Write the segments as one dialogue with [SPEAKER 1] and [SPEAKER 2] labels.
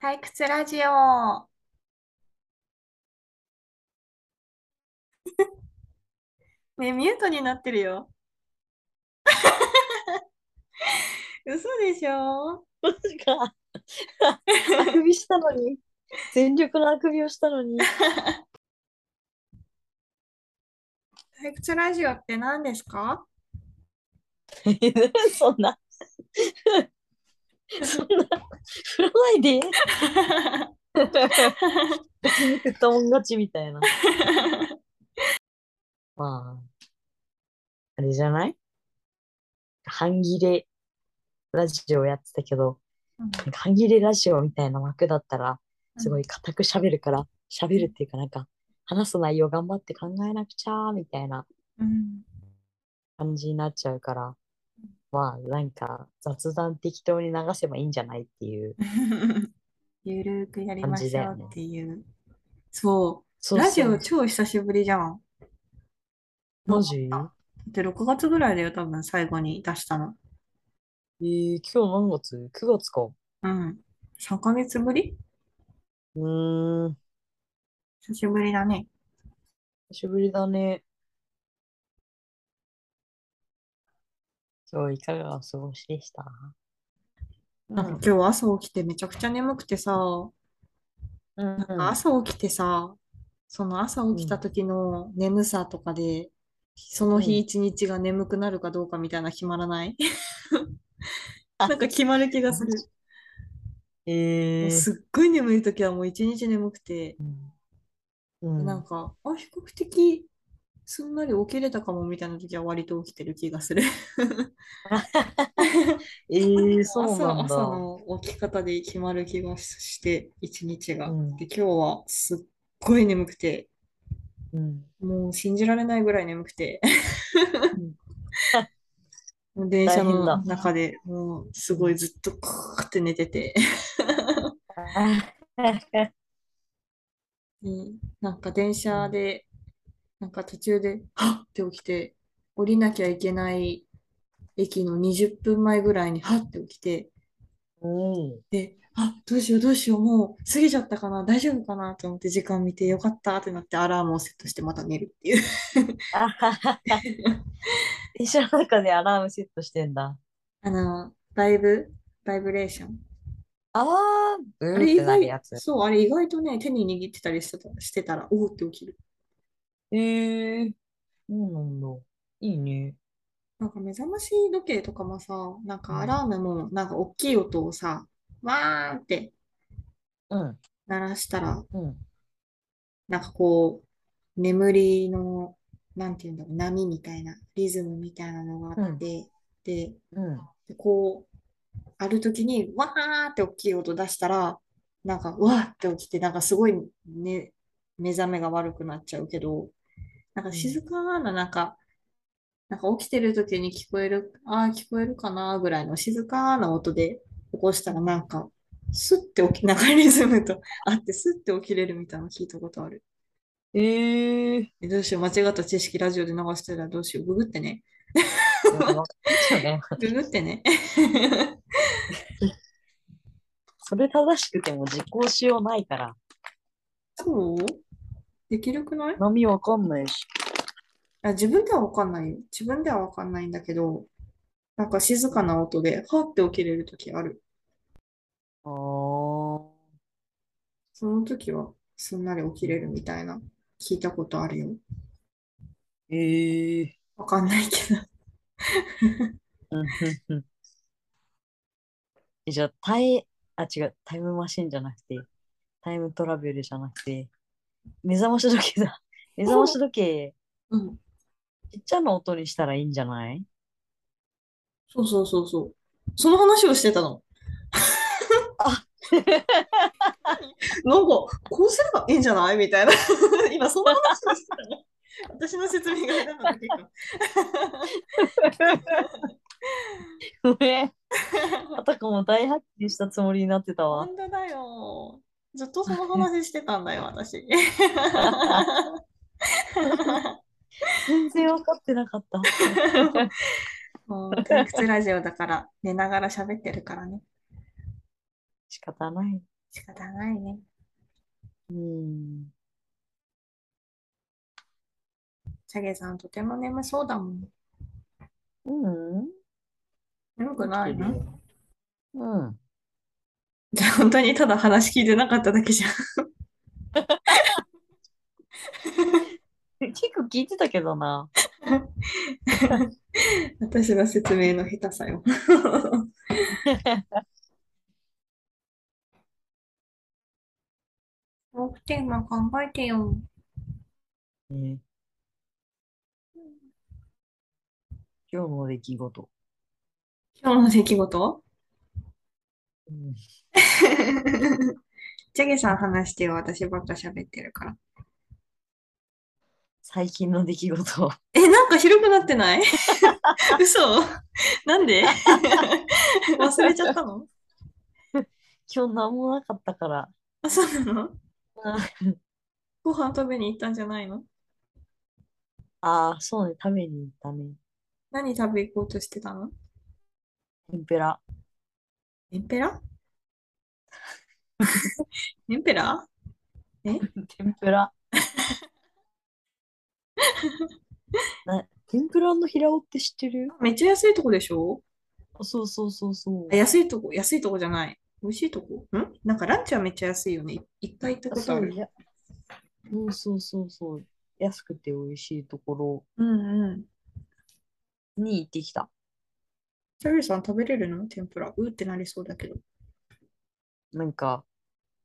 [SPEAKER 1] 退屈ラジオ。 ね、ミュートになってるよ。 嘘でしょ
[SPEAKER 2] マジか。あくびしたのに。全力のあくびをしたのに。
[SPEAKER 1] 退屈ラジオって何ですか
[SPEAKER 2] そんな。そんな。振らないで。振ったもん勝ちみたいな。まあ。あれじゃない半切れラジオやってたけど、なんか半切れラジオみたいな枠だったら、すごい固く喋るから、喋るっていうかなんか、話す内容頑張って考えなくちゃ、みたいな。
[SPEAKER 1] うん。
[SPEAKER 2] 感じになっちゃうから、まあなんか雑談適当に流せばいいんじゃないっていう。
[SPEAKER 1] ゆるーくやりま
[SPEAKER 2] 感じ
[SPEAKER 1] し
[SPEAKER 2] だ
[SPEAKER 1] ょ
[SPEAKER 2] よ
[SPEAKER 1] う
[SPEAKER 2] ね
[SPEAKER 1] っていう。そ。
[SPEAKER 2] そうう
[SPEAKER 1] ラジ
[SPEAKER 2] そ
[SPEAKER 1] オ
[SPEAKER 2] う
[SPEAKER 1] 超久しぶりじゃん。
[SPEAKER 2] マジ
[SPEAKER 1] で、6月ぐらいだよ、多分最後に出したの。
[SPEAKER 2] えー、今日何月 ?9 月か。う
[SPEAKER 1] うん。3ヶ月ぶり
[SPEAKER 2] ーん、
[SPEAKER 1] 久しぶりだね。
[SPEAKER 2] 久しぶりだね。今日いかがお過ごしでした
[SPEAKER 1] なんか今日朝起きてめちゃくちゃ眠くてさ、
[SPEAKER 2] うん
[SPEAKER 1] なんか朝起きてさ、その朝起きた時の眠さとかで、その
[SPEAKER 2] うん
[SPEAKER 1] 日一日が眠くなるかどうかみたいな決まらないな
[SPEAKER 2] あ
[SPEAKER 1] んか決まる気がする。も
[SPEAKER 2] え
[SPEAKER 1] う
[SPEAKER 2] ー
[SPEAKER 1] すっごい眠い時はもう一日眠くて、
[SPEAKER 2] うん、
[SPEAKER 1] なんか、あ、比較的すんなり起きれたかもみたいな時は割と起きてる気がする。
[SPEAKER 2] えー、そう
[SPEAKER 1] 朝、
[SPEAKER 2] なんだ。
[SPEAKER 1] 朝の起き方で決まる気がして、一日が。
[SPEAKER 2] うん
[SPEAKER 1] で、今日はすっごい眠くて、
[SPEAKER 2] うん、
[SPEAKER 1] もう信じられないぐらい眠くて。もう電車
[SPEAKER 2] 大変だ
[SPEAKER 1] の中でもうすごいずっとクーって寝てて、うんなんか電車で、なんか途中で、はっって起きて、降りなきゃいけない駅の20分前ぐらいに、はっって起きて、
[SPEAKER 2] うん、
[SPEAKER 1] で、あ、どうしようどうしよう、もう過ぎちゃったかな、大丈夫かなと思って時間見てよかったってなってアラームをセットしてまた寝るっていう。
[SPEAKER 2] あはは 電車の中でアラームセットしてんだ。
[SPEAKER 1] あの、バイブ、バイブレーション。
[SPEAKER 2] ああ、ブ
[SPEAKER 1] あ
[SPEAKER 2] ーっ
[SPEAKER 1] れ意
[SPEAKER 2] てなるや
[SPEAKER 1] 外、
[SPEAKER 2] つ。
[SPEAKER 1] そう、あれ意外とね、手に握ってたりしてたしてたら、おおって起きる。
[SPEAKER 2] えー、そうなんだ。いいね。
[SPEAKER 1] なんか目覚まし時計とかもさ、なんかアラームもなんか大きい音をさ、わーんって
[SPEAKER 2] うん、
[SPEAKER 1] 鳴らしたら、
[SPEAKER 2] うん。
[SPEAKER 1] なんかこう、眠りの、なんていうんだろう、波みたいな、リズムみたいなのがあって、で、
[SPEAKER 2] うん、
[SPEAKER 1] でこう、ある時に、わーって大きい音出したら、なんか、わーって起きて、なんかすごい、ね、目覚めが悪くなっちゃうけど、なんか静かな、なんか、なんか起きてる時に聞こえる、ああ、聞こえるかなぐらいの静かな音で起こしたら、なんか、スッて起き、なんかリズムとあって、スッて起きれるみたいなの聞いたことある。
[SPEAKER 2] えー、い
[SPEAKER 1] えどうしよう、間違った知識ラジオで流してたらどうしよう、ググってね。
[SPEAKER 2] やわかんないよね
[SPEAKER 1] ググってね。
[SPEAKER 2] それ正しくても実行しようないから、
[SPEAKER 1] そうできるくない
[SPEAKER 2] 飲みわかんないし。
[SPEAKER 1] あ、自分ではわかんないよ。自分ではわかんないんだけど、なんか静かな音で、はって起きれるときある。
[SPEAKER 2] あー
[SPEAKER 1] その時は、すんなり起きれるみたいな、聞いたことあるよ。
[SPEAKER 2] えー、
[SPEAKER 1] わかんないけど。
[SPEAKER 2] うん うんうんえじゃあ、タイ、あ、違う、タイムマシンじゃなくて、タイムトラベルじゃなくて、目覚まし時計だ。 目覚まし時計、
[SPEAKER 1] うん。
[SPEAKER 2] ちっちゃな音にしたらいいんじゃない
[SPEAKER 1] そうそうそうそう。その話をしてた の。
[SPEAKER 2] あ
[SPEAKER 1] なんか、こうすればいいんじゃないみたいな。 今、そんな話をしてた の。私の説明が下手なんだけど。
[SPEAKER 2] ごめん あたかも大発見したつもりになってた わ。
[SPEAKER 1] 本当だよ。ずっとその話してたんだよ、 私。
[SPEAKER 2] 全然分かってなかった。
[SPEAKER 1] もう、退屈ラジオだから、寝ながら喋ってるからね。
[SPEAKER 2] 仕方ない。
[SPEAKER 1] 仕方ないね。
[SPEAKER 2] うん。
[SPEAKER 1] チャゲさん、とても眠そうだもん。
[SPEAKER 2] うん。
[SPEAKER 1] 眠くないの
[SPEAKER 2] うん。
[SPEAKER 1] じゃあ本当にただ話聞いてなかっただけじゃん。
[SPEAKER 2] 結構聞いてたけどな。
[SPEAKER 1] 私の説明の下手 さよ。トークテーマ考えてよ。
[SPEAKER 2] ね今日の出来事。
[SPEAKER 1] 今日の出来事
[SPEAKER 2] うん。
[SPEAKER 1] チャゲさん話してよ。私ばっか喋ってるから。
[SPEAKER 2] 最近の出来事。
[SPEAKER 1] え、なんか広くなってない 嘘なんで 忘れちゃったの
[SPEAKER 2] 今日何もなかったから。
[SPEAKER 1] あ、そうな のご飯食べに行ったんじゃないの
[SPEAKER 2] ああ、そうね。食べに行ったね。
[SPEAKER 1] 何食べ行こうとしてたの
[SPEAKER 2] 天ぷら。
[SPEAKER 1] エンペラ エンペラ
[SPEAKER 2] 天ぷら。 な天ぷらの平尾って知ってる
[SPEAKER 1] めっちゃ安いとこでしょ
[SPEAKER 2] あそうそうそうそう
[SPEAKER 1] あ。安いとこ、安いとこじゃない。美味しいとこんなんかランチはめっちゃ安いよね。い一回行った
[SPEAKER 2] あ
[SPEAKER 1] ことあ
[SPEAKER 2] そう
[SPEAKER 1] る。
[SPEAKER 2] いやうん、そうそうそう。安くて美味しいとこ
[SPEAKER 1] うんうん。
[SPEAKER 2] ろに行ってきた。
[SPEAKER 1] チャーリーさん食べれるの天ぷら。うーってなりそうだけど。
[SPEAKER 2] なんか、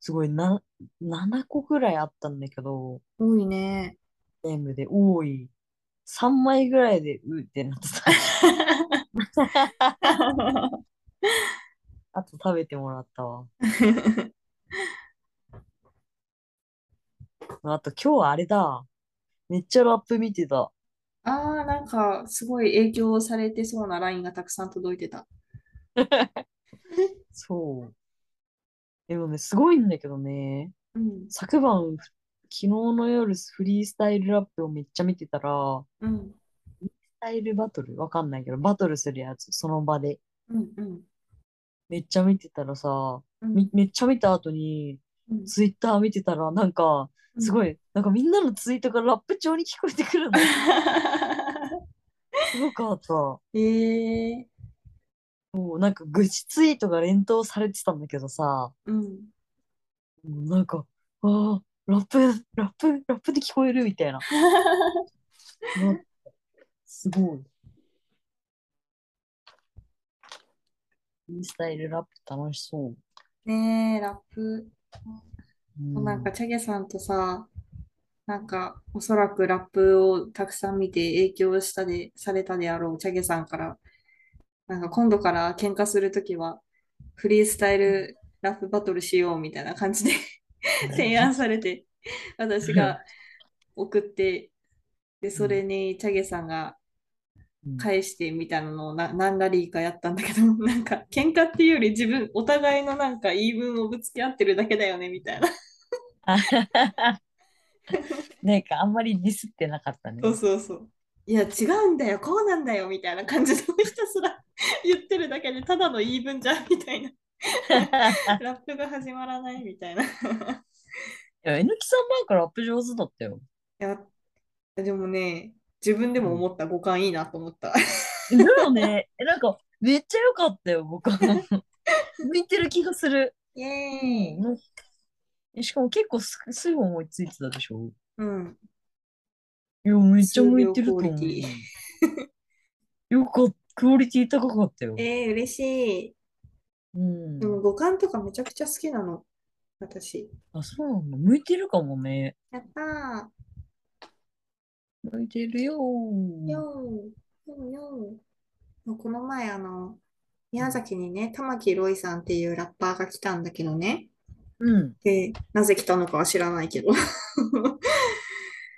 [SPEAKER 2] すごいな、7個ぐらいあったんだけど、
[SPEAKER 1] 多い ね。
[SPEAKER 2] 全部で多い。3枚ぐらいでうーってなってた。 あと食べてもらったわ。あと今日はあれだ。めっちゃラップ見てた。
[SPEAKER 1] ああ、なんかすごい影響されてそうなラインがたくさん届いてた。
[SPEAKER 2] そう。でもね、すごいんだけどね、
[SPEAKER 1] うん。
[SPEAKER 2] 昨晩、昨日の夜、フリースタイルラップをめっちゃ見てたら、フ
[SPEAKER 1] うん。
[SPEAKER 2] リースタイルバトルわかんないけど、バトルするやつ、その場で。
[SPEAKER 1] うんうん。
[SPEAKER 2] めっちゃ見てたらさ、
[SPEAKER 1] うん
[SPEAKER 2] みめっちゃ見た後に、
[SPEAKER 1] うん
[SPEAKER 2] ツイッター見てたら、なんか、すごい、なんかみんなのツイートがラップ調に聞こえてくるの。すごかった。
[SPEAKER 1] ええ
[SPEAKER 2] もうなんか愚痴ツイートが連投されてたんだけどさ、
[SPEAKER 1] うん。
[SPEAKER 2] もうなんか、ああ、ラップ、ラップ、ラップで聞こえるみた いな。なんかすごい。フリースタイルラップ楽しそう。
[SPEAKER 1] ねえ、ラップ。
[SPEAKER 2] うん
[SPEAKER 1] なんか、チャゲさんとさ、なんか、おそらくラップをたくさん見て影響したで、されたであろうチャゲさんから、なんか今度から喧嘩するときは、フリースタイルラップバトルしようみたいな感じで提案されて、私が送って、で、それにチャゲさんが
[SPEAKER 2] うん
[SPEAKER 1] 返してみたいなのをな何ラリーかやったんだけど、 なんか喧嘩っていうより自分、お互いのなんか言い分をぶつけ合ってるだけだよねみたいな。
[SPEAKER 2] なんかあんまりディスってなかったね。
[SPEAKER 1] そうそうそう。いや違うんだよこうなんだよみたいな感じでひたすら 言ってるだけでただの言い分じゃんみた いなラップが始まらないみたいな。い
[SPEAKER 2] いや、えぬきさんなんかラップ上手だったよ。
[SPEAKER 1] やでもね自分でも思った五感いいなと思った。
[SPEAKER 2] だよね。え、なんか、めっちゃ良かったよ、僕は。向いてる気がする。
[SPEAKER 1] イエーイ、
[SPEAKER 2] えしかも結構すすぐ思いついてたでしょ
[SPEAKER 1] うん、
[SPEAKER 2] いや、めっちゃ向いてると思
[SPEAKER 1] 数秒
[SPEAKER 2] う
[SPEAKER 1] クオリテ。
[SPEAKER 2] よかった、クオリティ高かったよ。
[SPEAKER 1] えー、嬉しい。
[SPEAKER 2] うん
[SPEAKER 1] で。も五感とかめちゃくちゃ好きなの私。
[SPEAKER 2] あ、そうなんだ。向いてるかもね。
[SPEAKER 1] やったー。
[SPEAKER 2] 向いてるよ
[SPEAKER 1] よ
[SPEAKER 2] ー。
[SPEAKER 1] ーよーよーこの前あの宮崎にね玉木ロイさんっていうラッパーが来たんだけどね
[SPEAKER 2] うん。
[SPEAKER 1] でなぜ来たのかは知らないけど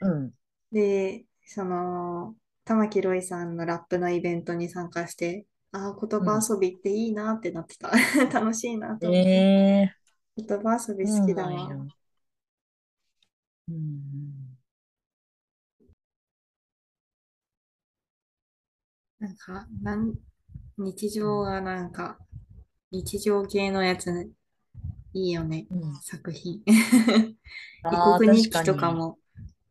[SPEAKER 2] うん。
[SPEAKER 1] でその玉木ロイさんのラップのイベントに参加してああ言葉遊びっていいなってなってた 楽しいなと思って、
[SPEAKER 2] ええ
[SPEAKER 1] 言葉遊び
[SPEAKER 2] ー。
[SPEAKER 1] 好きだ
[SPEAKER 2] そう
[SPEAKER 1] わ
[SPEAKER 2] なんやうん。
[SPEAKER 1] なんかなん日常がなんか日常系のやついいよね、
[SPEAKER 2] うん
[SPEAKER 1] 作品。
[SPEAKER 2] あー
[SPEAKER 1] 異国日記と
[SPEAKER 2] 確
[SPEAKER 1] か
[SPEAKER 2] かに
[SPEAKER 1] も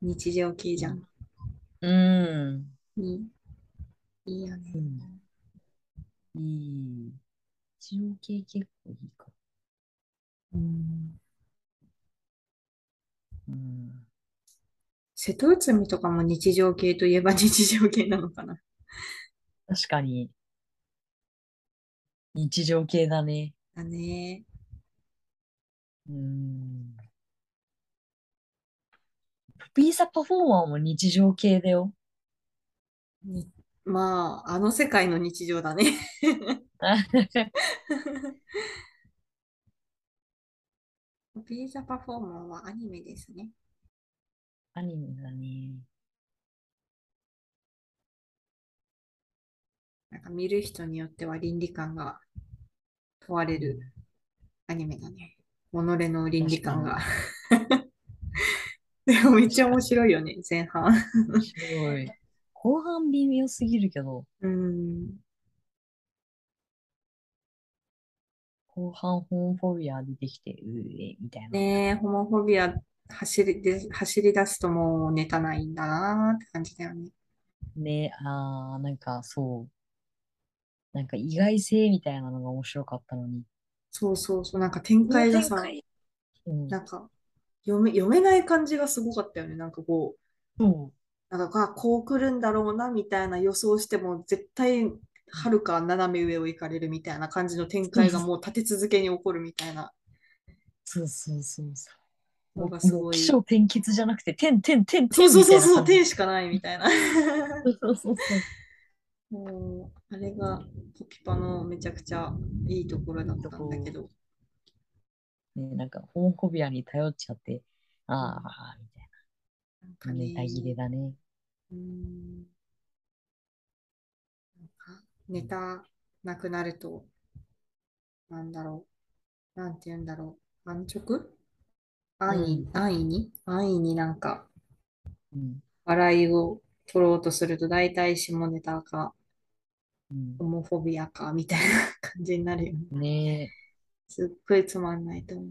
[SPEAKER 1] 日常系じゃん。
[SPEAKER 2] うん。
[SPEAKER 1] いいいいよね
[SPEAKER 2] う。ん。うん。一応系結構いいか。
[SPEAKER 1] うん
[SPEAKER 2] うん。
[SPEAKER 1] 瀬戸内海とかも日常系といえば日常系なのかな。
[SPEAKER 2] 確かに。日常系だね。
[SPEAKER 1] だね。
[SPEAKER 2] うん。ピーサパフォーマーも日常系だよ。
[SPEAKER 1] にまあ、あの世界の日常だ ね。ピーザパフォーマーはアニメですね。
[SPEAKER 2] アニメだね。
[SPEAKER 1] なんか見る人によっては倫理観が問われるアニメだね。己の倫理観が。 でもめっちゃ面白いよね、前半。
[SPEAKER 2] 面白い。後半微妙すぎるけど、
[SPEAKER 1] うん。
[SPEAKER 2] 後半ホームフォビア出てきて、うえ、みたいな。
[SPEAKER 1] ねえ、ホモフォビア走りで、走り出すともうネタないんだなーって感じだよね。
[SPEAKER 2] ね、あー、なんかそう。なんか意外性みたいなのが面白かったのに。
[SPEAKER 1] そうそうそう、なんか展開がさ、
[SPEAKER 2] うん、
[SPEAKER 1] なんか読め、読めない感じがすごかったよね。なんかこ、
[SPEAKER 2] そう
[SPEAKER 1] なんかあこう来るんだろうなみたいな予想しても絶対はるか斜め上を行かれるみたいな感じの展開がもう立て続けに起こるみたいな
[SPEAKER 2] そうそうそうそ
[SPEAKER 1] のが
[SPEAKER 2] う。
[SPEAKER 1] す
[SPEAKER 2] も
[SPEAKER 1] ご
[SPEAKER 2] う
[SPEAKER 1] い。
[SPEAKER 2] 起
[SPEAKER 1] そ
[SPEAKER 2] 承転結じゃなくて、点点点
[SPEAKER 1] う
[SPEAKER 2] 点
[SPEAKER 1] そう
[SPEAKER 2] みた
[SPEAKER 1] そ
[SPEAKER 2] いうな
[SPEAKER 1] そう、
[SPEAKER 2] 感じ。
[SPEAKER 1] 天しかないみたいな。
[SPEAKER 2] そうそう そう。
[SPEAKER 1] もう、あれがコピパのめちゃくちゃいいところだったんだけど。
[SPEAKER 2] ね、なんかホームフォビアに頼っちゃって、ああ、みたい
[SPEAKER 1] なんか
[SPEAKER 2] な。
[SPEAKER 1] ね
[SPEAKER 2] ネタ切れだね。
[SPEAKER 1] うーんなんかネタなくなると、なんだろう、なんて言うんだろう、安直安易、安易に安易になんか
[SPEAKER 2] うん。
[SPEAKER 1] 笑いを取ろうとすると大体下ネタか
[SPEAKER 2] うん
[SPEAKER 1] ホモフォビアかみたいな感じになるよね。
[SPEAKER 2] ね
[SPEAKER 1] すっごいつまんないと思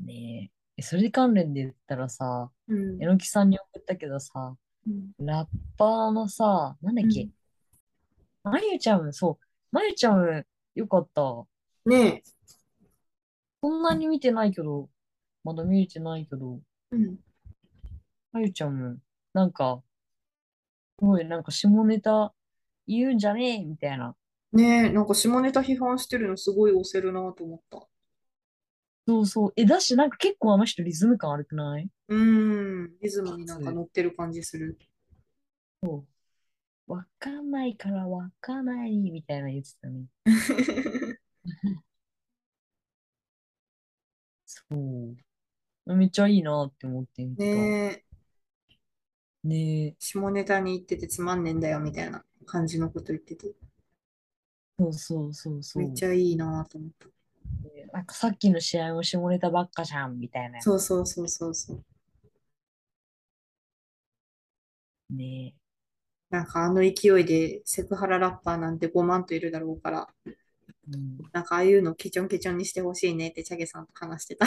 [SPEAKER 2] え、ねえ。それ関連で言ったらさ、
[SPEAKER 1] う。うん
[SPEAKER 2] えのきさんに送ったけどさ、
[SPEAKER 1] うん
[SPEAKER 2] ラッパーのさ、なんだっけ、まゆちゃん、そう、まゆちゃん、よかった。そ
[SPEAKER 1] ねえ、
[SPEAKER 2] んなに見てないけど、まだ見れてないけど、
[SPEAKER 1] うん、
[SPEAKER 2] まゆちゃん、なんか、すごい、なんか下ネタ言うんじゃねえみたいな。
[SPEAKER 1] ねえ、なんか下ネタ批判してるのすごい押せるなと思った。
[SPEAKER 2] そうそう。え、だし、なんか結構あの人リズム感悪くない
[SPEAKER 1] うん、リズムになんか乗ってる感じする。
[SPEAKER 2] わかんないからわかんないみたいな言ってたね。そう。めっちゃいいなって思って見てた。
[SPEAKER 1] ねえ、
[SPEAKER 2] ねえ。
[SPEAKER 1] 下ネタに行っててつまんねえんだよみたいな感じのこと言ってて、
[SPEAKER 2] そうそうそうそう。
[SPEAKER 1] めっちゃいいなと思った。
[SPEAKER 2] なんかさっきの試合も下ネタばっかじゃんみたいな。
[SPEAKER 1] そうそうそうそうそう。
[SPEAKER 2] ね
[SPEAKER 1] なんかあの勢いでセクハララッパーなんて5万といるだろうから、
[SPEAKER 2] え。
[SPEAKER 1] なんかああいうのケチョンケチョンにしてほしいねってチャゲさんと話してた。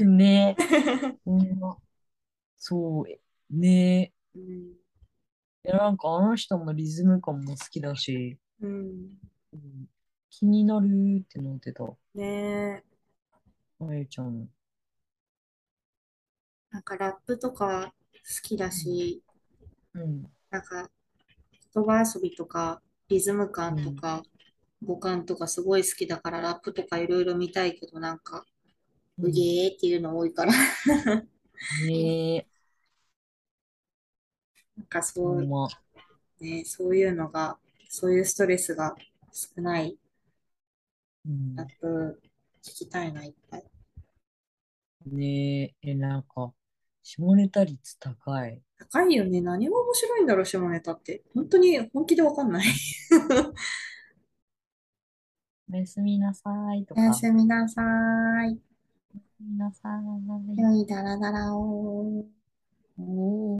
[SPEAKER 2] うん、 ねえ。ほんまそう。えね
[SPEAKER 1] うん、
[SPEAKER 2] え。いやなんかあの人のリズム感も好きだし、
[SPEAKER 1] うん、
[SPEAKER 2] うん気になるってなってた。
[SPEAKER 1] ねえ、
[SPEAKER 2] あゆちゃん。
[SPEAKER 1] なんかラップとか好きだし、
[SPEAKER 2] うん。
[SPEAKER 1] なんか言葉遊びとかリズム感とか語感とかすごい好きだからラップとかいろいろ見たいけどなんかうげーっていうの多いから
[SPEAKER 2] ねえ。
[SPEAKER 1] なんかそ
[SPEAKER 2] ほ
[SPEAKER 1] うん
[SPEAKER 2] ま。
[SPEAKER 1] ねそういうのがそういうストレスが少ない
[SPEAKER 2] うん
[SPEAKER 1] ラップ聞きたいないっぱい
[SPEAKER 2] ねえ。え、なんか、下ネタ率高い。
[SPEAKER 1] 高いよね何が面白いんだろう下ネタって本当に本気でわかん ない
[SPEAKER 2] おやすみなさいと
[SPEAKER 1] お
[SPEAKER 2] か。お
[SPEAKER 1] や
[SPEAKER 2] やす
[SPEAKER 1] すみなさーい
[SPEAKER 2] みなさい。
[SPEAKER 1] 良いダラダラを
[SPEAKER 2] おー